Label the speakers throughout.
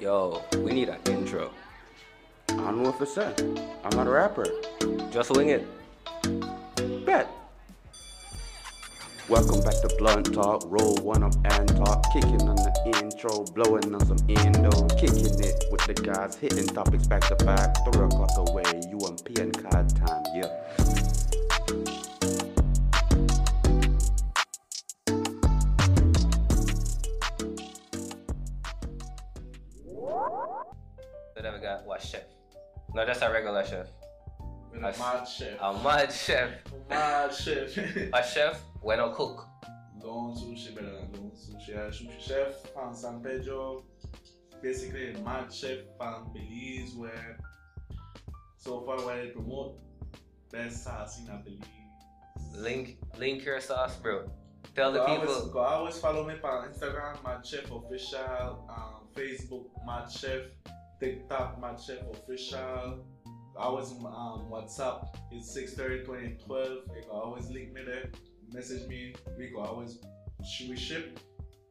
Speaker 1: Yo, we need an intro.
Speaker 2: I don't know if it's set. I'm not a rapper.
Speaker 1: Just wing it.
Speaker 2: Bet. Welcome back to Blunt Talk. Roll one up and talk. Kicking on the intro, blowing on some endo. Kicking it with the guys, hitting topics back to back. Three o'clock away, UMP and card time, yeah.
Speaker 1: They never got what chef? No, that's our regular chef.
Speaker 3: Been
Speaker 1: I s-
Speaker 3: a mad chef.
Speaker 1: A mad chef.
Speaker 3: A mad chef.
Speaker 1: A chef when a cook.
Speaker 3: Don sushi, better than Don sushi. A sushi chef from San Pedro. Basically, a mad chef from Belize, where so far where they promote best sauce in Belize.
Speaker 1: Link link your sauce, bro. Tell the
Speaker 3: Go Always,
Speaker 1: people.
Speaker 3: go always follow me on Instagram, Mad Chef Official, um, Facebook, Mad Chef, TikTok, Mad Chef Official. Always um, WhatsApp, it's 630 2012. You can always link me there, message me. We can always sh- we ship.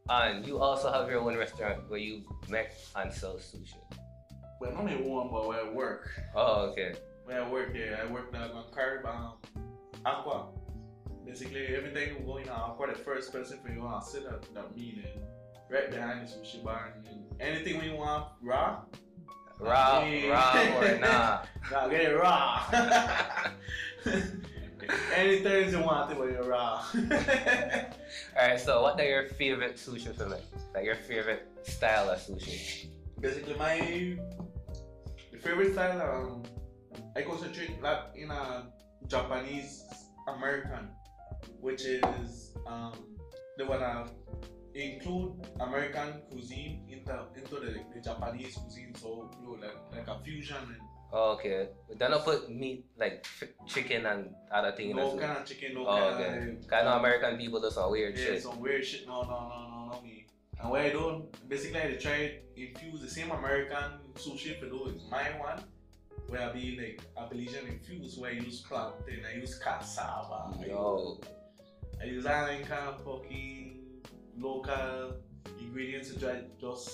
Speaker 1: And you also have your own restaurant where you make and sell sushi.
Speaker 3: But not only one, but where I work.
Speaker 1: Oh, okay.
Speaker 3: Where I work here, I work at Curb um, Aqua. Basically, everything will go in Aqua, the first person for you want to sit at that meeting. Right behind the sushi bar. And anything we want raw,
Speaker 1: Raw,
Speaker 3: Yeah.
Speaker 1: raw or nah.
Speaker 3: Now get it raw. Any Thursday you want it when you're raw.
Speaker 1: Alright, so what are your favorite sushi for me? Like your favorite style of sushi?
Speaker 3: Basically, my the favorite style um, I concentrate like in a Japanese American, which is um, they wanna include American cuisine into into the, the Japanese cuisine, so you know, like like a fusion and
Speaker 1: okay. Then I put meat like f- chicken and other things.
Speaker 3: no kind of chicken, no
Speaker 1: Oh,
Speaker 3: kind
Speaker 1: okay.
Speaker 3: of
Speaker 1: Kind of American people do some weird
Speaker 3: Yeah,
Speaker 1: shit.
Speaker 3: some weird shit. No, no, no, no, no, me. And what I do, basically, I try infuse the same American sushi, but though it's my one, where I be like Appalachian infused, where I use plantain, I use cassava, I
Speaker 1: Yo.
Speaker 3: use- I use island kind of fucking local ingredients to try just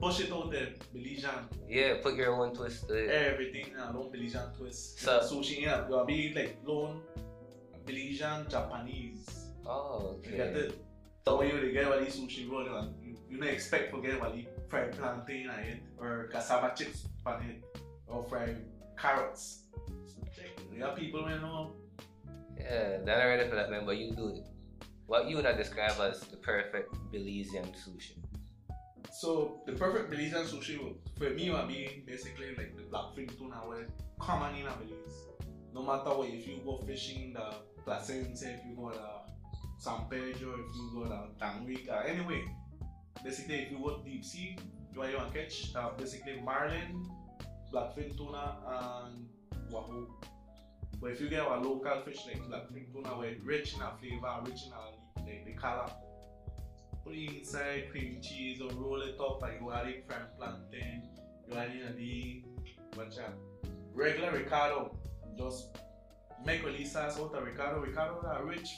Speaker 3: push it out there, Belizean,
Speaker 1: Yeah, put your own twist to it.
Speaker 3: everything, I don't Belizean twist.
Speaker 1: So-
Speaker 3: sushi, yeah, you be like lone Belizean Japanese.
Speaker 1: Oh,
Speaker 3: You get
Speaker 1: okay.
Speaker 3: it? So when you get what these sushi roll, like, you, you don't expect to get what these fried plantain on it, or cassava chips on it, or fried carrots. You have people who know.
Speaker 1: Yeah, then I ready for that, man. But you do it. What you would have described as the perfect Belizean sushi.
Speaker 3: So the perfect Belizean sushi would- for me would be basically like the black fin tuna, where common in Belize. No matter what, if you go fishing the Placentia, if you go to San Pedro, if you go to Tanguica, anyway, basically if you go deep sea, you want you want to catch uh, basically marlin, blackfin tuna, and wahoo. But if you get a local fish like blackfin tuna, where it's rich in a flavor, rich in a like the color, put it inside cream cheese or roll it up and you add it fried plantain, you add in the what's that? Regular Ricardo, just make release sauce out of Ricardo. Ricardo that rich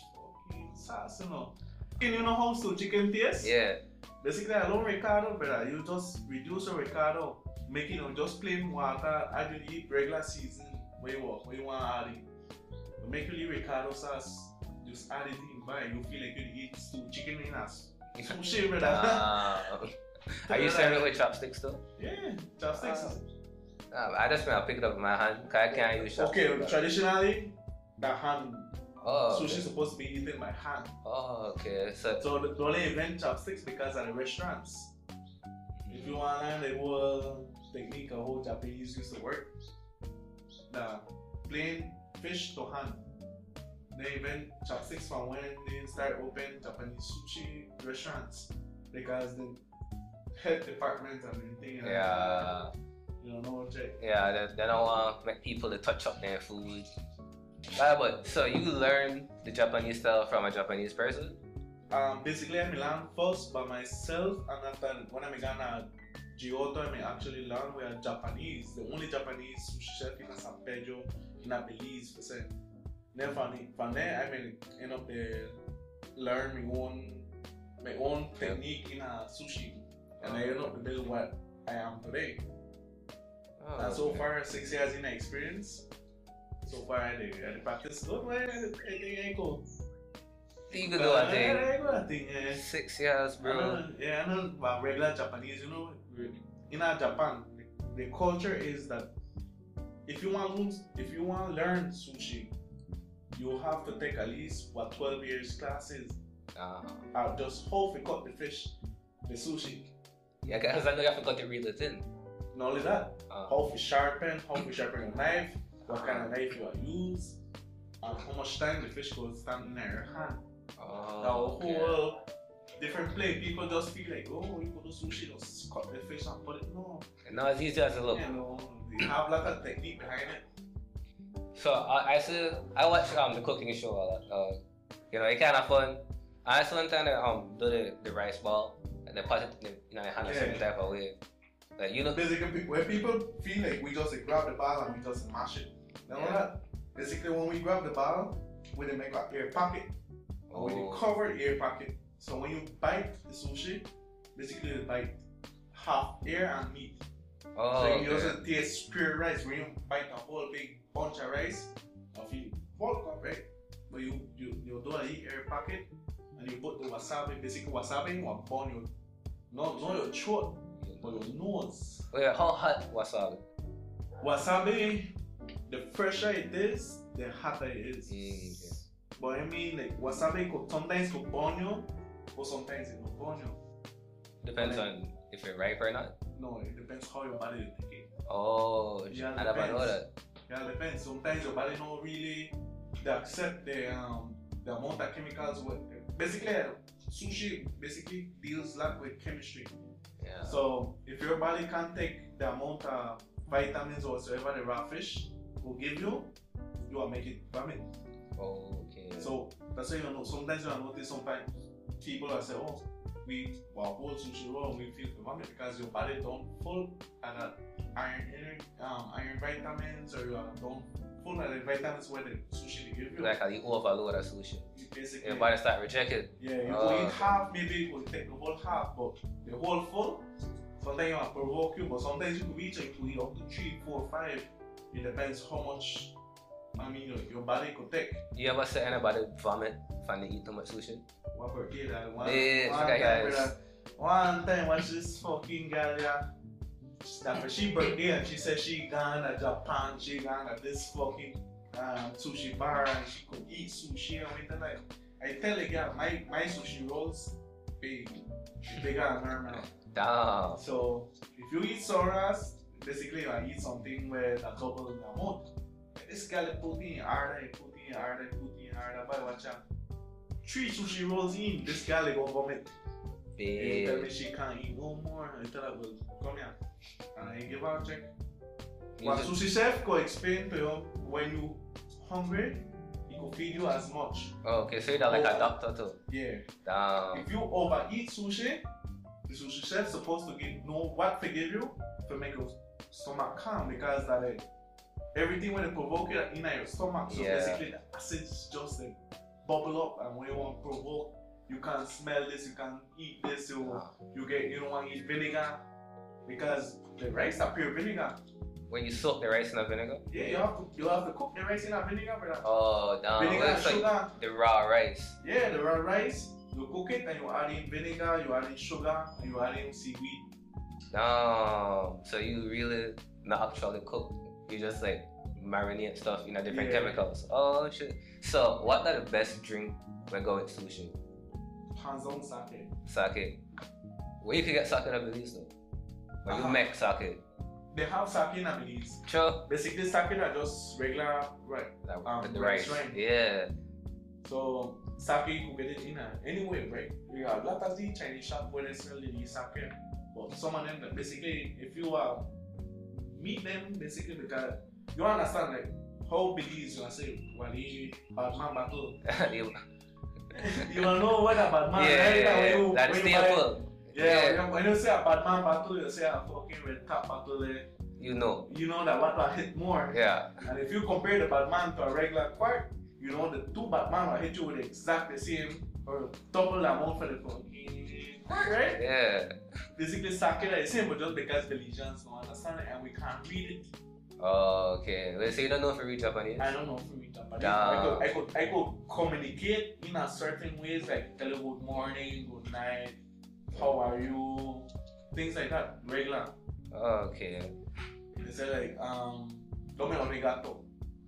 Speaker 3: fucking sauce, you know. And you know how so chicken taste?
Speaker 1: Yeah,
Speaker 3: Basically, I love Ricardo, brother. You just reduce your Ricardo, make it on just plain water. I do eat regular season. Where you want, where you want to add it. You make your little Ricardo sauce, just add it in, but you feel like you eat stew chicken in us. Sushi, brother.
Speaker 1: Nah. Are you serving it with chopsticks though?
Speaker 3: Yeah, chopsticks.
Speaker 1: Ah, Nah, I just gonna pick it up with my hand. 'cause I can't use
Speaker 3: okay,
Speaker 1: chopsticks. bro.
Speaker 3: traditionally, the hand.
Speaker 1: Oh,
Speaker 3: Sushi's
Speaker 1: okay.
Speaker 3: supposed to be eaten by hand.
Speaker 1: Oh, okay. So,
Speaker 3: So the, the only event chopsticks because at the restaurants. If you want to learn the whole technique of how Japanese used to work, the plain fish to hand. They even chopsticks from when they start open Japanese sushi restaurants because the head department and everything. and
Speaker 1: yeah,
Speaker 3: You don't know check.
Speaker 1: yeah. They, they don't want to make people to touch up their food. Ah, but so you learned the Japanese style from a Japanese person?
Speaker 3: Um, basically, I'm learn first by myself, and after when I'm gonna Giotto, I may actually learn we are Japanese, the only Japanese sushi chef in San Pedro, in a Belize, per se. Then from, the- from there, I may end up uh, there, uh,
Speaker 1: Ah.
Speaker 3: learn my own my own technique in a sushi, and I end up with what I am today.
Speaker 1: Oh,
Speaker 3: and so
Speaker 1: okay.
Speaker 3: far, six years in experience. So far, I did, I did practice good, man. I think I go. Ah,
Speaker 1: You could do a
Speaker 3: I,
Speaker 1: thing.
Speaker 3: I, go, I think, eh.
Speaker 1: Six years,
Speaker 3: I
Speaker 1: bro.
Speaker 3: know, yeah, I know about regular Japanese, you know, in our Japan, the, the culture is that if you want to, if you want to learn sushi, you have to take at least what 12 years classes
Speaker 1: Uh,
Speaker 3: or just how to cut the fish, the sushi.
Speaker 1: yeah, because I know you forgot to reel it in.
Speaker 3: Not only that,
Speaker 1: Uh,
Speaker 3: how to sharpen, how to sharpen your knife, what kind of knife you are use, and how much time the fish goes stand in your hand.
Speaker 1: oh,
Speaker 3: Now,
Speaker 1: okay.
Speaker 3: whole different play, people just feel like, oh, you go to sushi, just cut the fish and put it. No,
Speaker 1: No, it's easy as it looks.
Speaker 3: you know, they have like a technique behind it.
Speaker 1: So I I see, I watch um the cooking show a lot. Uh, you know, it kind of fun. I also learned how to um do the, the rice ball and the pot, the, you know, they handle
Speaker 3: Yeah.
Speaker 1: certain type of way. Like you know,
Speaker 3: Basically, pe- when people feel like we just grab the ball and we just mash it, you know
Speaker 1: Yeah.
Speaker 3: that? Basically, when we grab the ball, we they make an air pocket, or we they
Speaker 1: oh,
Speaker 3: cover air pocket. So when you bite the sushi, basically you bite half air and meat.
Speaker 1: oh,
Speaker 3: so you
Speaker 1: okay.
Speaker 3: also taste pure rice when you bite a whole big bunch of rice of you bulk up, right? But you you you do a eat air packet and you put the wasabi, basically wasabi will burn your no not your throat, but
Speaker 1: Oh,
Speaker 3: your nose.
Speaker 1: Wait, how hot wasabi?
Speaker 3: Wasabi, the fresher it is, the hotter it is.
Speaker 1: Mm, okay.
Speaker 3: But I mean like wasabi could sometimes could burn you, or sometimes it will burn you.
Speaker 1: Depends
Speaker 3: Like-
Speaker 1: on if you're ripe or not.
Speaker 3: No, it depends how your body is taking.
Speaker 1: Oh, shit,
Speaker 3: Yeah,
Speaker 1: I never know
Speaker 3: depends.
Speaker 1: that.
Speaker 3: Yeah, it depends. Sometimes your body don't really they accept the um the amount of chemicals. With, basically, uh, sushi basically deals like with chemistry.
Speaker 1: Yeah.
Speaker 3: So if your body can't take the amount of vitamins or whatsoever the raw fish will give you, you will make it vomit.
Speaker 1: okay.
Speaker 3: So that's why you know sometimes you will notice sometimes people are say, oh, we our whole sushi roll and oh, we feel the vomit because your body don't full at the iron in- um, iron vitamins or you are don't full at the vitamins where the sushi they give you.
Speaker 1: like how you overload a sushi.
Speaker 3: you basically
Speaker 1: Your body start rejecting.
Speaker 3: yeah, you
Speaker 1: Oh,
Speaker 3: will
Speaker 1: okay.
Speaker 3: eat half, maybe you will take the whole half, but the whole full, sometimes it will provoke you, but sometimes you could reach and you could eat up to three, four, five. It depends how much I mean your, your body could take.
Speaker 1: You ever see anybody vomit from they eat too much sushi?
Speaker 3: One per kid, and one,
Speaker 1: Yeah,
Speaker 3: one
Speaker 1: okay,
Speaker 3: time,
Speaker 1: guys.
Speaker 3: brother, one time when this fucking girl, yeah, that for she birthday and she said she gone to Japan, she gone to this fucking um, sushi bar and she could eat sushi and went like, I tell the girl, my, my sushi rolls big, bigger than her man.
Speaker 1: Damn.
Speaker 3: So if you eat soras, basically you are eat something where the double the amount. This guy like put in harder, he put in harder, he put in harder, but watch out. Three sushi rolls in, this guy like gonna vomit. And he tell me
Speaker 1: Bitch.
Speaker 3: she can't eat one more. I tell her, well, come here. And I give her a check.
Speaker 1: You
Speaker 3: But
Speaker 1: just-
Speaker 3: sushi chef could explain to you when you hungry, he could feed you as much.
Speaker 1: Oh, okay, so you're not like a
Speaker 3: Oh.
Speaker 1: doctor too.
Speaker 3: Yeah.
Speaker 1: Damn.
Speaker 3: If you overeat sushi, the sushi chef supposed to give know what to give you to make your stomach calm because that eh, everything when it provoke it in your stomach. So
Speaker 1: Yeah.
Speaker 3: basically the acids just like bubble up and when you want to provoke, you can't smell this, you can't eat this, you
Speaker 1: Nah.
Speaker 3: you get you don't want to eat vinegar because the rice are pure vinegar.
Speaker 1: When you soak the rice in the vinegar?
Speaker 3: Yeah, you have to you have to cook the rice in a vinegar, brother.
Speaker 1: Oh, damn.
Speaker 3: vinegar
Speaker 1: Well,
Speaker 3: and
Speaker 1: it's like
Speaker 3: sugar.
Speaker 1: the raw rice.
Speaker 3: Yeah, the raw rice, you cook it and you add in vinegar, you add in sugar, and you add in seaweed.
Speaker 1: Damn. Oh, So you really not actually cook. You just like marinate stuff, you know, different
Speaker 3: Yeah.
Speaker 1: chemicals. Oh, shit. So, what are the best drink when going sushi?
Speaker 3: Hands on sake.
Speaker 1: Sake. Where you can get sake in the Belize though? When you
Speaker 3: Uh-huh.
Speaker 1: make sake.
Speaker 3: They have sake in Belize.
Speaker 1: Sure.
Speaker 3: Basically, sake are just regular right.
Speaker 1: Like,
Speaker 3: Um,
Speaker 1: with the
Speaker 3: rice
Speaker 1: rice.
Speaker 3: wine.
Speaker 1: Yeah.
Speaker 3: So sake you could get it in a, anyway, right? You have lot of the Chinese shop where they sell the sake, but some of them that basically if you uh, meet them basically because you understand like how Belize you are saying well, the bad man battle.
Speaker 1: You-
Speaker 3: you will know what a bad man
Speaker 1: yeah,
Speaker 3: right?
Speaker 1: yeah,
Speaker 3: When you-
Speaker 1: That
Speaker 3: when
Speaker 1: is
Speaker 3: you buy-
Speaker 1: staple.
Speaker 3: Yeah, when you say a bad man battle, you say a fucking red cap battle. eh,
Speaker 1: You know.
Speaker 3: You know that one will hit more.
Speaker 1: Yeah.
Speaker 3: And if you compare the bad man to a regular quark, you know the two bad man will hit you with exact the same or double the amount for the fucking Right?
Speaker 1: Yeah.
Speaker 3: Basically, Sakura is same, but just because Belizeans don't understand it and we can't read it.
Speaker 1: Oh, okay. Wait, so you don't know if you read Japanese?
Speaker 3: I don't know if we read Japanese.
Speaker 1: Nah.
Speaker 3: I, could, I, could, I could communicate in a certain ways, like tell you good morning, good night, how are you, things like that, regular.
Speaker 1: Oh, okay.
Speaker 3: They say like, um, dome onegato.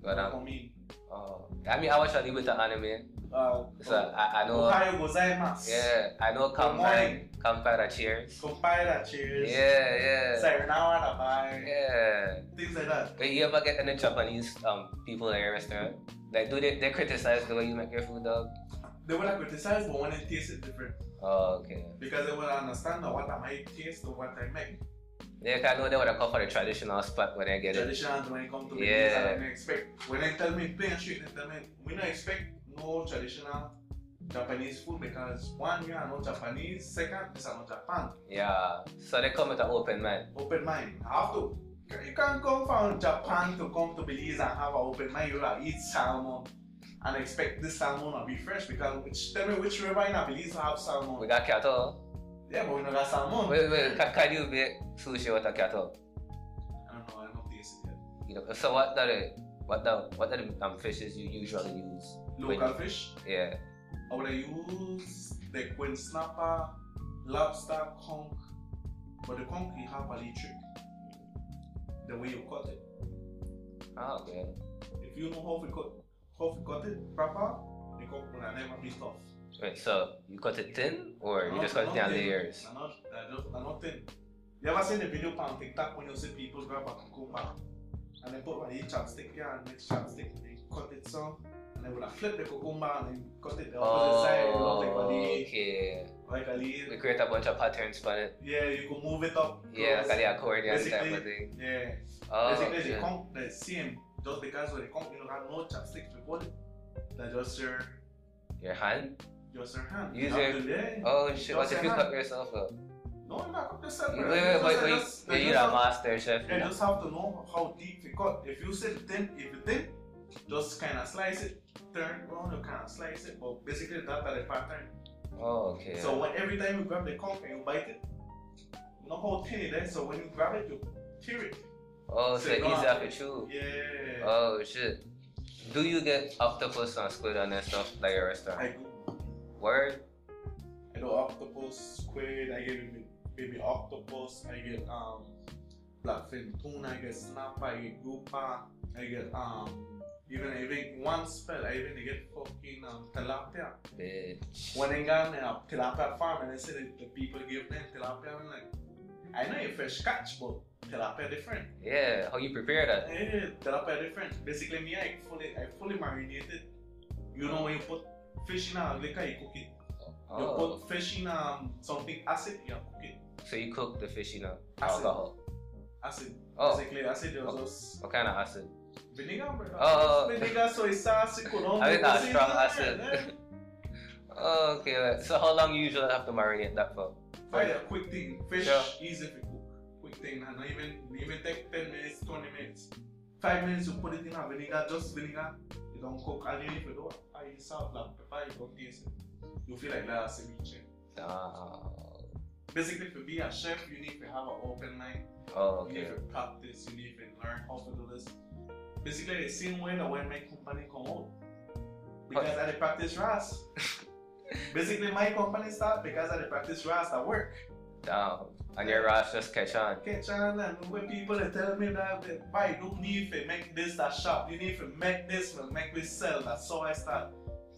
Speaker 1: But um,
Speaker 3: I mean,
Speaker 1: oh. I mean, I watch a little bit of anime,
Speaker 3: uh,
Speaker 1: so I, I know.
Speaker 3: Ohio gozaimasu.
Speaker 1: Yeah, I know Kampai,
Speaker 3: morning.
Speaker 1: Kampai da Cheers.
Speaker 3: Compiler, cheers.
Speaker 1: Yeah, yeah,
Speaker 3: Sayonara, bye.
Speaker 1: yeah.
Speaker 3: Things like that.
Speaker 1: Do you ever get any Japanese um people at your restaurant? Like, do they, they criticize the way you make your food, dog?
Speaker 3: They want to criticize, but when it tastes it different.
Speaker 1: Oh, okay.
Speaker 3: Because they want to understand that what I might taste or what I make.
Speaker 1: They kind of know they would have come for the traditional spot when they get it.
Speaker 3: Traditions when it comes to
Speaker 1: Yeah.
Speaker 3: yeah. I expect. When they tell me plain shit, they tell me, we don't expect no traditional Japanese food because one, you are not Japanese, second, this are not Japan.
Speaker 1: Yeah. So they come with an open mind.
Speaker 3: open mind. I have to. You can't come from Japan to come to Belize and have an open mind. You gotta eat salmon and expect this salmon to be fresh because which tell me which river in Belize have
Speaker 1: We
Speaker 3: salmon?
Speaker 1: got cattle.
Speaker 3: Yeah, but we don't got salmon.
Speaker 1: Wait, wait. Can, can you make sushi with a cattle?
Speaker 3: I don't know. I don't taste it yet.
Speaker 1: You know. So what are the what the what are the um, fishes you usually use?
Speaker 3: Local fish.
Speaker 1: Yeah.
Speaker 3: I would use the queen snapper, lobster, conch. But the conch you have a little trick. The way you cut it.
Speaker 1: Oh, okay.
Speaker 3: If you know how to cut, how to cut it proper, the conch will never be tough.
Speaker 1: Wait. So you cut it thin, or you
Speaker 3: No,
Speaker 1: just cut it
Speaker 3: no,
Speaker 1: down
Speaker 3: they-
Speaker 1: layers?
Speaker 3: I not, I just, I not think. You ever seen the video on TikTok when you see people grab a cucumber and they put one each chopstick here and next chopstick and they cut it some and they will flip the cucumber and then cut it the opposite
Speaker 1: Oh.
Speaker 3: side, you know, like a leaf,
Speaker 1: okay.
Speaker 3: like a
Speaker 1: We
Speaker 3: leaf.
Speaker 1: create a bunch of patterns for it.
Speaker 3: Yeah, you can move it up.
Speaker 1: Yeah,
Speaker 3: close.
Speaker 1: like the accordion type of
Speaker 3: Basically-
Speaker 1: thing.
Speaker 3: Yeah.
Speaker 1: Oh,
Speaker 3: Basically, they
Speaker 1: okay.
Speaker 3: come the same, just because when they come, you don't have no chopsticks to put it. That's just your,
Speaker 1: Your hand?
Speaker 3: just your hand.
Speaker 1: Use
Speaker 3: you
Speaker 1: your-
Speaker 3: have to there.
Speaker 1: Oh shit, what
Speaker 3: Just
Speaker 1: if you
Speaker 3: your hand.
Speaker 1: cut yourself up?
Speaker 3: No, you're not up yourself.
Speaker 1: Wait,
Speaker 3: bro.
Speaker 1: wait, wait,
Speaker 3: Just-
Speaker 1: wait.
Speaker 3: just-
Speaker 1: Yeah,
Speaker 3: just
Speaker 1: You're
Speaker 3: have-
Speaker 1: a master chef.
Speaker 3: You
Speaker 1: you know.
Speaker 3: just have to know how deep you cut. If you sit thin, if you thin, just kind of slice it, turn around, you kind of slice it. But basically, that's the pattern.
Speaker 1: Oh, okay.
Speaker 3: So when every time you grab the conch and you bite it, you know how thin it is. So when you grab it, you tear it.
Speaker 1: oh, so
Speaker 3: so
Speaker 1: easy
Speaker 3: you don't-
Speaker 1: after chew.
Speaker 3: Yeah.
Speaker 1: Oh shit. Do you get octopus and squid and that stuff like your restaurant?
Speaker 3: I do.
Speaker 1: Word?
Speaker 3: I do octopus, squid. I get baby, baby octopus. I get um blackfin tuna. I get snapper. I get grouper. I get um even even one spell. I even get fucking um tilapia.
Speaker 1: Bitch.
Speaker 3: when they got a tilapia farm and they said that the people give them tilapia, I'm like, I know you fish catch, but tilapia different.
Speaker 1: Yeah, how you prepare that?
Speaker 3: Yeah, tilapia different. Basically, me, I fully, I fully marinated. You know when you put fish in a liquor, you cook it. You
Speaker 1: Oh,
Speaker 3: put fish in um, something acid, you cook it.
Speaker 1: so you cook the fish in a
Speaker 3: Acid.
Speaker 1: alcohol.
Speaker 3: Acid.
Speaker 1: Oh,
Speaker 3: Basically, acid was just
Speaker 1: what kind of acid?
Speaker 3: vinegar, brother.
Speaker 1: Oh, oh, oh.
Speaker 3: Vinegar, soy sauce, you could
Speaker 1: I think that's
Speaker 3: see
Speaker 1: strong
Speaker 3: that,
Speaker 1: acid.
Speaker 3: yeah.
Speaker 1: Oh, okay. wait. So how long you usually have to marinate that for?
Speaker 3: Find a quick thing. Fish
Speaker 1: Yeah.
Speaker 3: easy to cook. Quick thing, and not even even take ten minutes, twenty minutes, five minutes. You put it in a vinegar, just vinegar. You don't cook. And even if you don't, I use salt, black pepper. You don't taste it. You feel like that's a ceviche.
Speaker 1: Oh,
Speaker 3: Basically, to be a chef, you need to have an open mind.
Speaker 1: oh
Speaker 3: You
Speaker 1: okay.
Speaker 3: need to practice. You need to learn how to do this. Basically, the same way that when my company come out, because I dey practice RAS. Basically, my company start because I dey practice RAS at work.
Speaker 1: Damn. And your rods just catch on.
Speaker 3: Catch on and when people they tell me that they buy don't need to make this that shop, you need to make this and make we sell. That's how I start.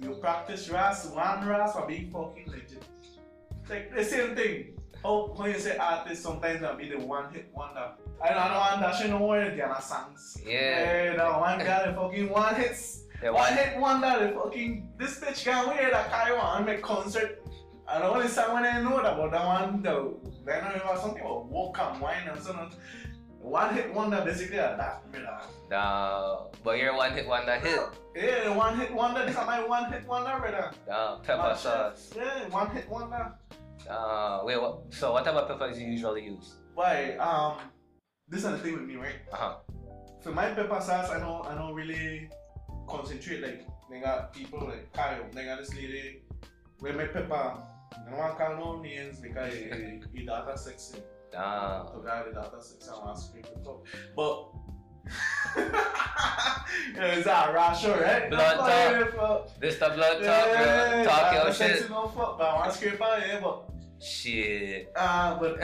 Speaker 3: You practice ras, one ras for being fucking legit. Like the same thing. Oh, when you say artist, sometimes I'll be the one hit wonder. I don't know, and that shit no word, Diana Sands.
Speaker 1: Yeah.
Speaker 3: Hey, that one guy, the fucking one hits.
Speaker 1: They
Speaker 3: One
Speaker 1: want
Speaker 3: hit wonder, the fucking. This bitch can wear that guy want make concert. And the only song when I know that about that one, the then I remember something about walk and wine and so on. One hit wonder basically a that brother.
Speaker 1: Nah, but you're one hit wonder hit.
Speaker 3: Yeah, one hit wonder, this is my one hit wonder brother.
Speaker 1: Nah, pepper
Speaker 3: Not
Speaker 1: sauce.
Speaker 3: chef. Yeah, one hit wonder.
Speaker 1: Nah, wait, what? So what type of peppers you usually use?
Speaker 3: Why? Um this is the thing with me, right?
Speaker 1: Uh huh.
Speaker 3: For my pepper sauce I don't I don't really concentrate like they got people like Kyle, they got this lady where my pepper I don't want to call no names because he, he, he data sexy.
Speaker 1: Damn.
Speaker 3: To guy the data sexy and wants to talk. But you know, it's not rash, right?
Speaker 1: Blood
Speaker 3: Not
Speaker 1: talk.
Speaker 3: fire, but-
Speaker 1: This the blood talk,
Speaker 3: Yeah,
Speaker 1: bro. Talk
Speaker 3: data
Speaker 1: your
Speaker 3: sexy
Speaker 1: shit.
Speaker 3: No fuck, but I want to scrape out here, but
Speaker 1: Shit.
Speaker 3: ah, but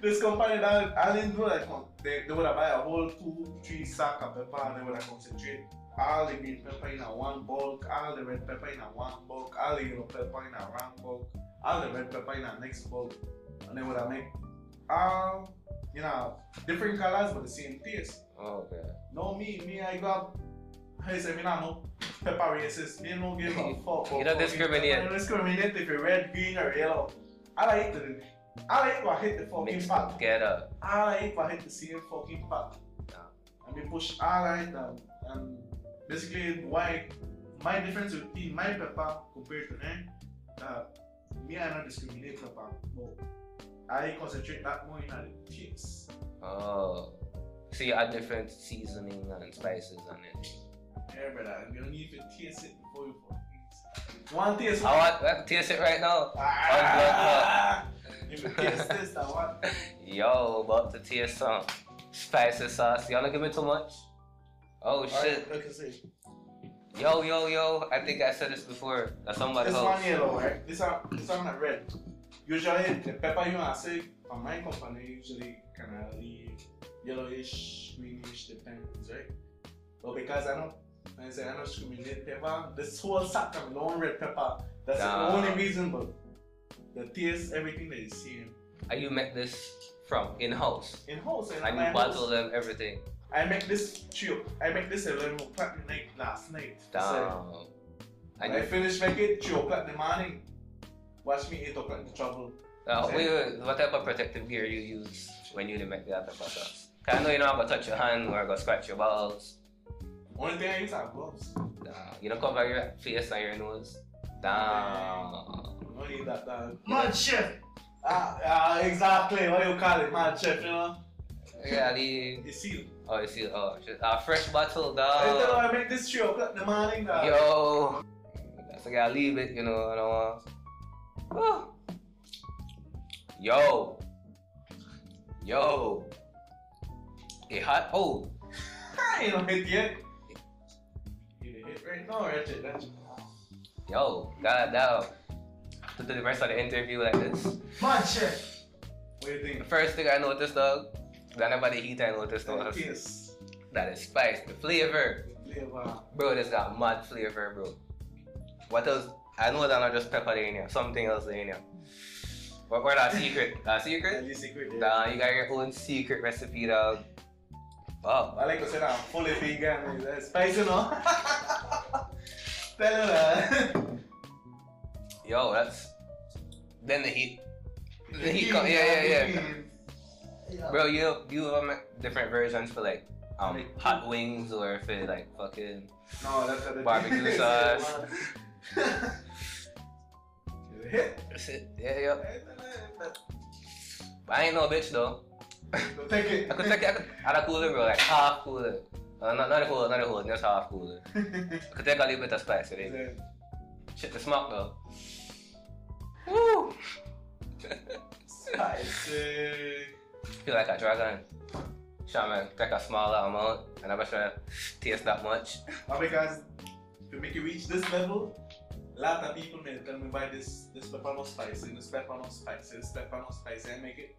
Speaker 3: this company that I didn't know that con- they, they would have buy a whole two, three sack of pepper and they would have concentrate all the green pepper in a one bulk, all the red pepper in a one bulk, all the yellow pepper in a round bulk, all the red pepper in a next bulk, and they would have make all you know different colors but the same taste.
Speaker 1: oh god.
Speaker 3: No me, me I got I say me not no pepper racist, me no give a fuck.
Speaker 1: You don't
Speaker 3: about fucking
Speaker 1: discriminate.
Speaker 3: pepper. I don't discriminate if you red, green or yellow. I like to I like to hit the fucking
Speaker 1: Mixed
Speaker 3: pot.
Speaker 1: together.
Speaker 3: all right for hit the same fucking path.
Speaker 1: Yeah.
Speaker 3: And we push all right and, and basically why my difference between my pepper compared to them, uh, me I not discriminate pepper, but I concentrate that more in on the taste.
Speaker 1: Oh. So you add different seasoning and spices on it.
Speaker 3: Yeah, brother, you don't need to taste it before you fucking taste. One taste.
Speaker 1: I want I can taste it right now.
Speaker 3: Ah, if you taste this, I want.
Speaker 1: Yo, about to taste some spicy sauce. Y'all don't give me too much. Oh shit.
Speaker 3: Alright, okay, see.
Speaker 1: Yo, yo, yo. I think I said this before. That's somebody
Speaker 3: This
Speaker 1: else.
Speaker 3: one yellow, right? This one, this one are red. Usually, the pepper you want to say from my company usually kind of yellowish, greenish, depends, right? But because I don't, I say I don't discriminate pepper, this whole sack of long red pepper. That's
Speaker 1: Nah.
Speaker 3: the only reason, but the taste, everything that you see
Speaker 1: And you make this from in house.
Speaker 3: in house and
Speaker 1: And
Speaker 3: my
Speaker 1: you bottle
Speaker 3: house.
Speaker 1: them everything.
Speaker 3: I make this tube. I make this 11 o'clock at night last night. So,
Speaker 1: Damn. And
Speaker 3: I
Speaker 1: you,
Speaker 3: finish make it 2 o'clock in the morning. Watch me 8 o'clock in the trouble.
Speaker 1: uh, wait, wait, what type of protective gear you use when you make the other sauce? Cause I know you're not gonna touch your hand or gonna scratch your balls.
Speaker 3: Only thing I use are gloves.
Speaker 1: Damn. You don't cover your face and your nose. Damn.
Speaker 3: No need that. that.
Speaker 1: Mad
Speaker 3: chef. Ah, ah, exactly. What you call it, mad chef? You know.
Speaker 1: Yeah, the
Speaker 3: You see.
Speaker 1: oh, you see, oh, shit. Uh, fresh bottle,
Speaker 3: I tell you,
Speaker 1: dog.
Speaker 3: I make this three o'clock in the morning. Dog.
Speaker 1: Uh, Yo, that's I gotta leave it, you know. I don't want. Whew. Yo, yo, it hot. Oh,
Speaker 3: I ain't no Ah, hit yet. You done hit right now, Richard. That's
Speaker 1: Yo, god damn. To do the rest of the interview like this.
Speaker 3: mad chef. What do you
Speaker 1: The
Speaker 3: think?
Speaker 1: first thing I noticed though, that about the heat I noticed
Speaker 3: The
Speaker 1: was
Speaker 3: taste,
Speaker 1: that is spice, the flavor.
Speaker 3: the flavor.
Speaker 1: Bro, this got mad flavor, bro. What else? I know that not just pepper in here, something else in here. What were that secret? That
Speaker 3: At
Speaker 1: secret?
Speaker 3: least secret. yeah.
Speaker 1: Nah, you got your own secret recipe dog. Oh,
Speaker 3: I like to say that I'm fully vegan. It's spicy, no? Tell you that.
Speaker 1: yo, that's then the heat. The heat come- yeah, yeah, yeah.
Speaker 3: yeah.
Speaker 1: Bro, you you have um, different versions for like um
Speaker 3: Like-
Speaker 1: hot wings or for like fucking
Speaker 3: No, that's what it
Speaker 1: Barbecue
Speaker 3: is.
Speaker 1: sauce.
Speaker 3: Hit.
Speaker 1: yeah yeah. But I ain't no bitch though.
Speaker 3: Don't Take it.
Speaker 1: I could take I could, I a cooler bro, like half cooler. Uh, not not a cooler, not a whole, just half cooler. I could take a little bit of spice with it. Shit the smoke though. Woo!
Speaker 3: Spicy.
Speaker 1: Feel like a dragon. Shaman, take a smaller amount and I'm not sure taste that much.
Speaker 3: Now because to make you reach this level, lot of people may tell me buy this this pepper no spicy, this pepper no spicy, this pepper no spicy, and make it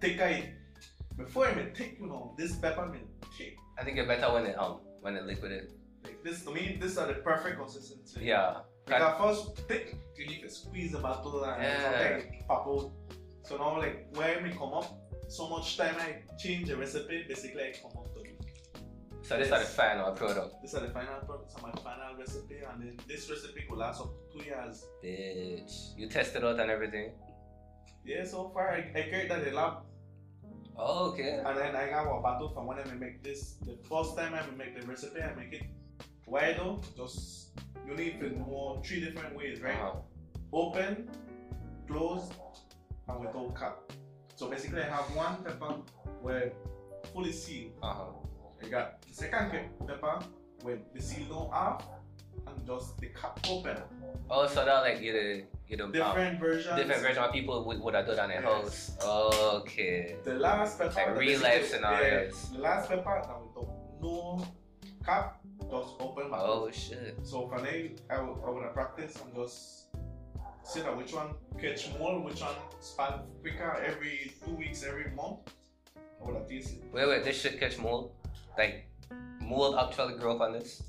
Speaker 3: thick. I before I may thick, you know, this pepper may thick.
Speaker 1: I think it's better when it um when it liquid it.
Speaker 3: Like this to me, this are the perfect consistency.
Speaker 1: Yeah.
Speaker 3: Like at first, thick, you need to squeeze the bottle and
Speaker 1: Yeah.
Speaker 3: something pop out. So now, like, where me come up, so much time I change the recipe, basically I come up to
Speaker 1: So this is the final product.
Speaker 3: This is the final product, this is my final recipe, and then this recipe will last up to two years.
Speaker 1: Bitch. You tested out and everything.
Speaker 3: Yeah, so far I, I create that in lab,
Speaker 1: Oh, okay.
Speaker 3: and then I got a bottle from when I may make this. The first time I may make the recipe, I make it. Why though? Just you need to know three different ways, right?
Speaker 1: Uh-huh.
Speaker 3: open, closed, and without cap. So basically, I have one pepper where fully sealed.
Speaker 1: Uh-huh.
Speaker 3: I got the second pe- pepper where the seal don't have, and just the cap open.
Speaker 1: Oh, so that like you the you the um,
Speaker 3: Different versions.
Speaker 1: different version of people would, would have done it at house.
Speaker 3: Yes.
Speaker 1: Okay.
Speaker 3: The last pepper.
Speaker 1: Like
Speaker 3: that
Speaker 1: real
Speaker 3: basically-
Speaker 1: life scenarios.
Speaker 3: Yeah, the last pepper that we don't know cap just open my
Speaker 1: Oh shit.
Speaker 3: So for now, I would I would have practiced and just see that which one catch more, which one span quicker every two weeks, every month. I would have tasted.
Speaker 1: Wait, wait. This shit catch mold. Like mold actually grow up on this.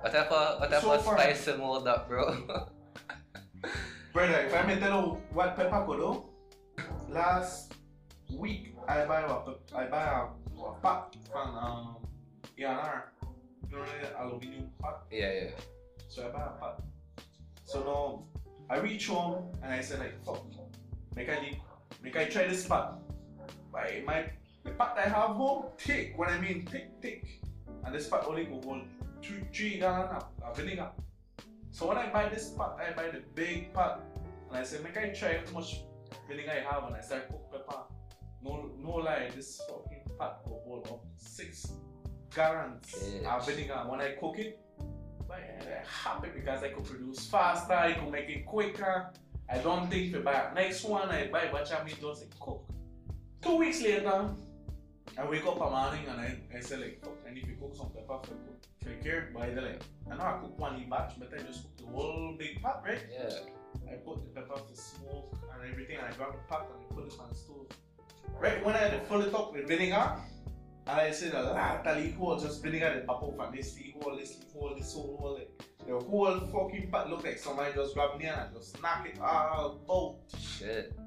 Speaker 1: Whatever, whatever
Speaker 3: So far-
Speaker 1: spice and mold that grow.
Speaker 3: Brother, if I may tell you what pepper could do, last week I buy a pep- I buy a, a pack from um ENR. You know the aluminium pack.
Speaker 1: yeah, yeah.
Speaker 3: So I buy a pack. So now I reach home and I said like fuck. Make I leave- make I try this pack. But my the pack that I have home thick, what I mean thick thick. And this pack only go hold two three gallon of, of vinegar. So when I ah. buy this pack, I buy the big pack and I say make I try how much vinegar I have and I start cook pepper. No no lie, this fucking pack go hold up to six gallons
Speaker 1: Yes.
Speaker 3: of vinegar. ah. When I cook it, but I'm happy because I could produce faster, I could make it quicker. I don't think if I buy next one, I buy batch of meat doesn't cook. Two weeks later, I wake up a morning and I, I say like, "Fuck, I need to cook some pepper for cook. Take care, but I say, like, I know I cook one batch, but I just cook the whole big pot, right?
Speaker 1: Yeah.
Speaker 3: I put the pepper for smoke and everything, and I grab the pot and I put it on the stove. Right when I had to fill it up with vinegar, and I said a lot of equal just vinegar the pop up from this equal, this equal, this whole hole. Like, the whole fucking pot looked like somebody just grabbed me and I just knocked it oh, all out.
Speaker 1: Shit.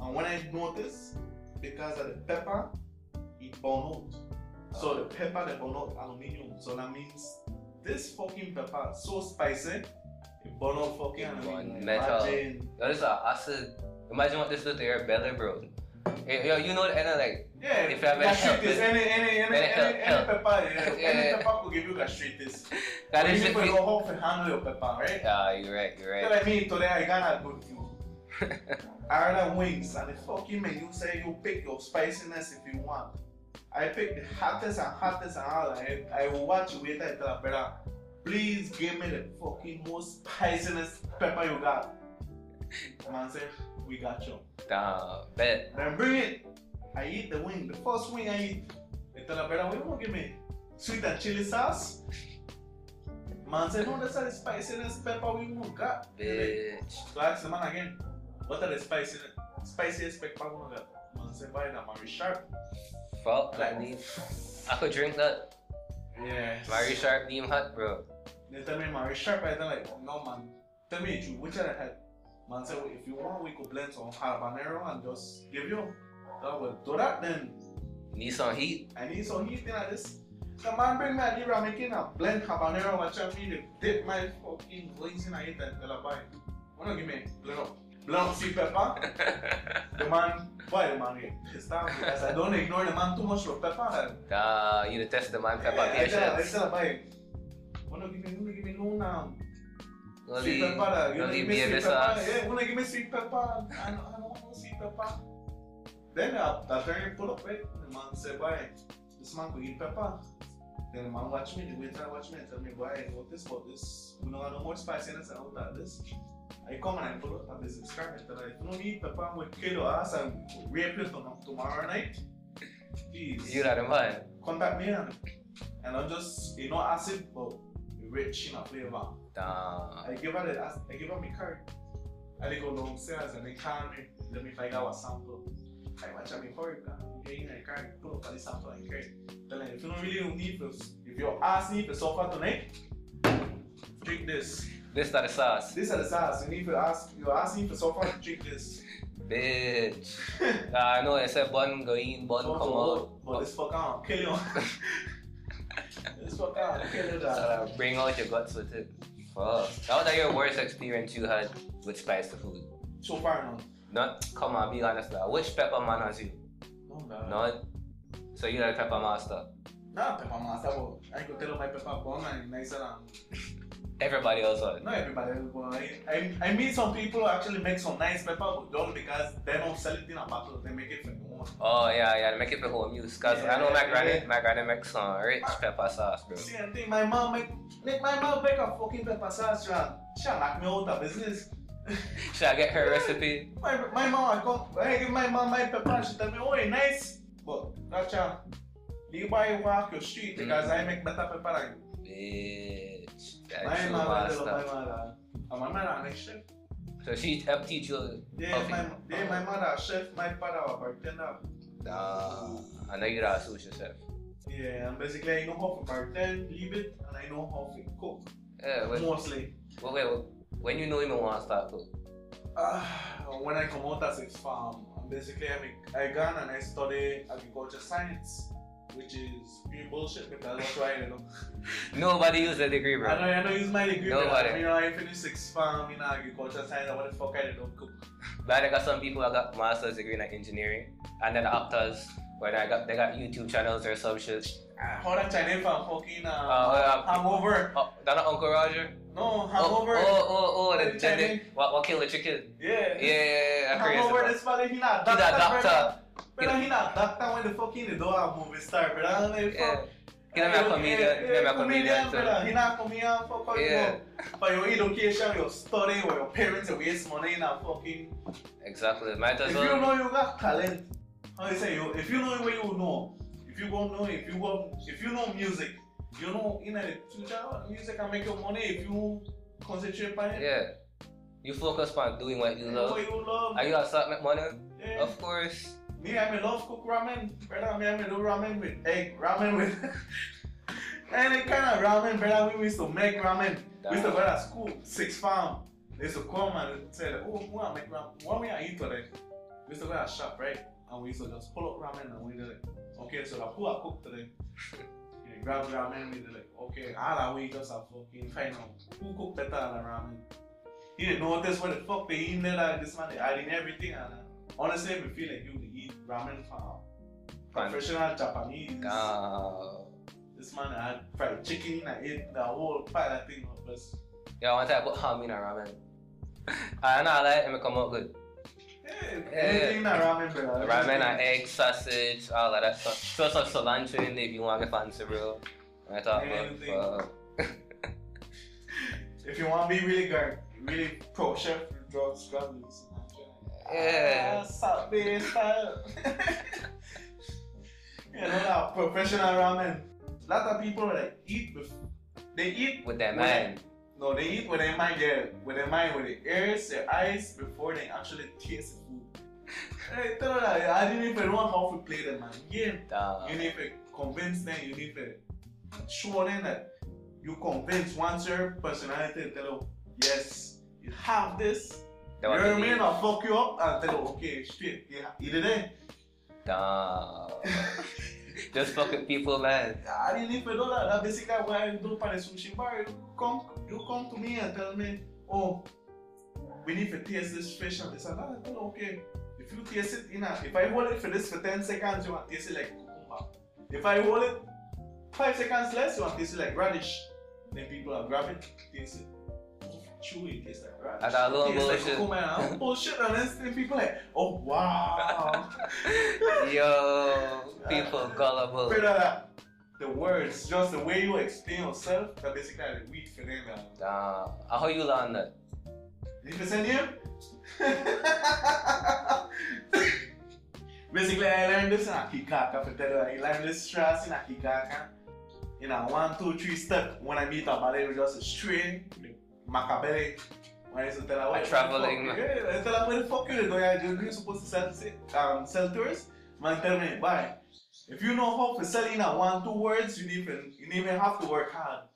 Speaker 3: And when I noticed, because of the pepper, it burned out. So the pepper they burned out aluminium. So that means this fucking pepper so spicy, it burned out fucking aluminium.
Speaker 1: Metal.
Speaker 3: Imagine.
Speaker 1: Yo, this is a acid. Imagine what this did to your belly, bro. Hey, Yo, you know, and I like.
Speaker 3: Yeah,
Speaker 1: If you have any help,
Speaker 3: gastritis, any, any, any,
Speaker 1: any help,
Speaker 3: any, any
Speaker 1: help.
Speaker 3: pepper, yeah,
Speaker 1: Yeah, yeah.
Speaker 3: any pepper could give you gastritis.
Speaker 1: That
Speaker 3: you
Speaker 1: is
Speaker 3: need
Speaker 1: shit.
Speaker 3: to
Speaker 1: be-
Speaker 3: know how to handle your pepper, right?
Speaker 1: Ah, you're right. You're
Speaker 3: You know
Speaker 1: right.
Speaker 3: what I mean? Today I got a good food. I ordered wings and the fucking menu say you pick your spiciness if you want. I picked the hottest and hottest and all. I, I will watch waiter and tell her, brother, please give me the fucking most spiciness pepper you got. Man said, we got you.
Speaker 1: Damn. Bet.
Speaker 3: Then bring it. I eat the wing. The first wing I eat. They tell her, brother, what you want to give me? Sweet and chili sauce? Man said, no, that's not the spiciness pepper we want got.
Speaker 1: Bitch.
Speaker 3: So I asked the man again, what are the spiciness, spiciest pepper we want got? Man said, buy the Mary Sharp.
Speaker 1: Fuck
Speaker 3: Like-
Speaker 1: that name. I could drink that.
Speaker 3: Yes.
Speaker 1: Very sharp name hot, bro.
Speaker 3: They tell me Mary Sharp. I tell like, no man, tell me the truth. Which one I had? Man said, well, if you want, we could blend some habanero and just give you. That will do that then.
Speaker 1: Need some heat.
Speaker 3: I need some heat then I just the man bring me a deal, I'm making a blend habanero watch out me to dip my fucking wings in a hit and tell a boy. Wanna give me blend up blend up sweet pepper? the man why the man get pissed off because I don't ignore the man too much for pepper and
Speaker 1: Nah, you the test the man pepper
Speaker 3: I tell I
Speaker 1: patience.
Speaker 3: tell a boy wanna give me wanna give me no now
Speaker 1: Only,
Speaker 3: sweet pepper. You
Speaker 1: only
Speaker 3: give me
Speaker 1: beer
Speaker 3: sweet
Speaker 1: this
Speaker 3: pepper.
Speaker 1: sauce.
Speaker 3: Yeah, wanna give me sweet pepper. Ah, I don't, I don't want sweet pepper. Then I, I turned pull up it. The man said, "Why? This man could eat pepper." Then the man watch me. The waiter watch me and tell me, "Why? What this? What this? We don't have no more spiciness and all that. This." I come and I pull up a business card and tell her, "If you don't eat pepper, I'm gonna kill your ass and rape you tom- tomorrow night." Please
Speaker 1: You that the man.
Speaker 3: contact me and and I'm just you know acid but rich in a flavor.
Speaker 1: Nah.
Speaker 3: I give her the, I- I give her my card. I they go downstairs and they call me. Let me find out a sample. I watch me for it. Getting a card, pull up for the sample and card. Tell her if you don't really don't need for, if your ass need for suffer tonight, drink this.
Speaker 1: This that the sauce.
Speaker 3: These are the sauce. You need for ask your ass need for suffer, drink this.
Speaker 1: Bitch. Nah, I know it said bun go in, bun
Speaker 3: Don't
Speaker 1: come out.
Speaker 3: go, But this fucker will kill you. this fucker will kill you. dog.
Speaker 1: Uh, bring out your guts with it. Fuck. That was like your worst experience you had with spiced food.
Speaker 3: So far now.
Speaker 1: Not come on, be honest now. Which pepper man has you?
Speaker 3: No, dog.
Speaker 1: None. So you like pepper master.
Speaker 3: Nah, pepper master, but I could tell you my pepper bomb and nicer than
Speaker 1: Everybody else on.
Speaker 3: Not everybody is going. I, I, I mean, some people actually make some nice pepper, but don't because they don't sell it in a bottle. They make it for no one.
Speaker 1: Oh yeah, yeah, make it for home use. Cause I know my
Speaker 3: Yeah.
Speaker 1: granny, my granny makes some rich pepper sauce, bro.
Speaker 3: See, I think my mom make, make my mom make a fucking pepper sauce, John. She'll knock me out of business.
Speaker 1: Should I get her recipe?
Speaker 3: My, my mom, I come, I give my mom my pepper, and she tell me, oh, it's nice. But, gotcha. You buy walk your street because I make better pepper than you.
Speaker 1: Bitch,
Speaker 3: My
Speaker 1: that true
Speaker 3: mom, I love my
Speaker 1: master.
Speaker 3: mother. And my mother, next chef.
Speaker 1: So she helped teach you.
Speaker 3: Yeah,
Speaker 1: Okay.
Speaker 3: my, yeah, my mother, chef, my father, bartender.
Speaker 1: Nah, I know you're a sushi chef.
Speaker 3: Yeah, and basically I know how to bartend, leave it, and I know how to cook.
Speaker 1: Yeah, wait,
Speaker 3: Mostly.
Speaker 1: wait, wait, when you know him, want to start cook.
Speaker 3: Uh, when I come out as a farm, basically I make, I gone and I study agriculture science, which is pure bullshit because that's why I don't know.
Speaker 1: Nobody use a degree,
Speaker 3: I
Speaker 1: bro.
Speaker 3: don't, I don't use my degree.
Speaker 1: Nobody.
Speaker 3: because, You know, I finished sixth farm in agriculture science. and What the fuck I did not cook.
Speaker 1: But I got some people that got master's degree in like engineering, and then the actors, when I got they got YouTube channels or some shit.
Speaker 3: Ah, How that Chinese farm fucking uh,
Speaker 1: Uh, uh,
Speaker 3: hangover?
Speaker 1: oh, that not Uncle Roger.
Speaker 3: No,
Speaker 1: Oh,
Speaker 3: hangover.
Speaker 1: oh, oh, oh, the, the, the,
Speaker 3: Chinese.
Speaker 1: what, what killed the chicken? Yeah,
Speaker 3: Yeah.
Speaker 1: yeah, yeah. I
Speaker 3: Hangover.
Speaker 1: created
Speaker 3: This brother, he not
Speaker 1: He
Speaker 3: doctor.
Speaker 1: not doctor.
Speaker 3: Brother, he not doctor when the fucking the door a movie star. Brother, I'm like, fuck.
Speaker 1: Yeah. He not a
Speaker 3: Eh,
Speaker 1: comedian. He not a comedian. so-
Speaker 3: brother. He not comedian for calling
Speaker 1: Yeah.
Speaker 3: For your education, your study, or your parents you waste money in a ah, fucking.
Speaker 1: Exactly. Might
Speaker 3: If
Speaker 1: as
Speaker 3: you know
Speaker 1: well.
Speaker 3: you got talent, how you say you? If you know where you know, if you go know, if you go, if you know music, you know in the future music can make you money if you concentrate on it.
Speaker 1: Yeah. You focus on doing what you
Speaker 3: What
Speaker 1: love.
Speaker 3: you love.
Speaker 1: Are you a start make money?
Speaker 3: yeah.
Speaker 1: Of course.
Speaker 3: Me, I'm in love cook ramen. Brother, me, I'm in love ramen with egg, ramen with. Any kind of ramen, brother, we used to make ramen. We used to go to school, six farm. They used to come and say, oh, we want to make ramen. What we are eat today? We used to go to a shop, right? And we used to just pull up ramen and we did it. Okay, so like, who I cook today? Yeah, grab ramen, we did it. Okay, all that we just a fucking find out who cook better than ramen. He didn't notice what the fuck they eat there, that this man, they adding everything. And uh, honestly, we feel like you would eat ramen for
Speaker 1: Fine.
Speaker 3: professional Japanese.
Speaker 1: Nah.
Speaker 3: This man had fried chicken and ate the whole pile of thing up. But
Speaker 1: Yeah, one time I put ham in a oh, ramen. I know like it may come out good.
Speaker 3: Hey,
Speaker 1: Yeah.
Speaker 3: anything that ramen, brother.
Speaker 1: Ramen and egg, sausage, all of that stuff. Throw some cilantro in there if you want to get fancy, bro. I thought, but,
Speaker 3: Anything.
Speaker 1: uh,
Speaker 3: If you want to be really good, really pro chef, draw scrub this.
Speaker 1: yeah.
Speaker 3: South Bay style. you know that professional ramen. lot of people like eat with, they eat.
Speaker 1: With that
Speaker 3: with their-
Speaker 1: man.
Speaker 3: No, they eat with their mind, yeah, with their mind, with their ears, their eyes, before they actually taste the food. I tell you that, I didn't even know how to play the man game.
Speaker 1: Nah.
Speaker 3: You need to convince them, you need to show them that you convince once your personality tell them, yes, you have this.
Speaker 1: That
Speaker 3: you
Speaker 1: one
Speaker 3: know what I
Speaker 1: to
Speaker 3: mean?
Speaker 1: eat.
Speaker 3: I'll fuck you up and tell them, okay, straight, yeah, eat it then.
Speaker 1: Nah. Just fuck with people, man.
Speaker 3: I didn't even know that. That's basically what I do for the sushi bar. You come, you come to me and tell me, oh, we need to taste this fish and this and that. I tell them, okay, if you taste it in a, if I hold it for this for 10 seconds, you want to taste it like cucumber. If I hold it 5 seconds less, you want to taste it like radish. Then people are grabbing, taste it. Chew it, taste like radish.
Speaker 1: And I love
Speaker 3: Taste like
Speaker 1: bullshit.
Speaker 3: cucumber. And I'm bullshit. And then see people like, oh, wow.
Speaker 1: Yo, people gullible.
Speaker 3: Figure that out. The words, just the way you explain yourself, that basically the weak for them. man.
Speaker 1: Nah, I how you learn that?
Speaker 3: You understand him? basically, I learned this in Akikaka. For tell you, I learned this stress in Akikaka. In a one, two, three step, when I meet a ballet, we just straight, macabele. When I used to tell her, "What the
Speaker 1: traveling
Speaker 3: fuck-
Speaker 1: man.
Speaker 3: Yeah, I tell her, where the fuck you going? You're supposed to sell, um, sell tours? Man, tell me, bye. If you know how to sell in a one, two words, you don't even, you don't even have to work hard.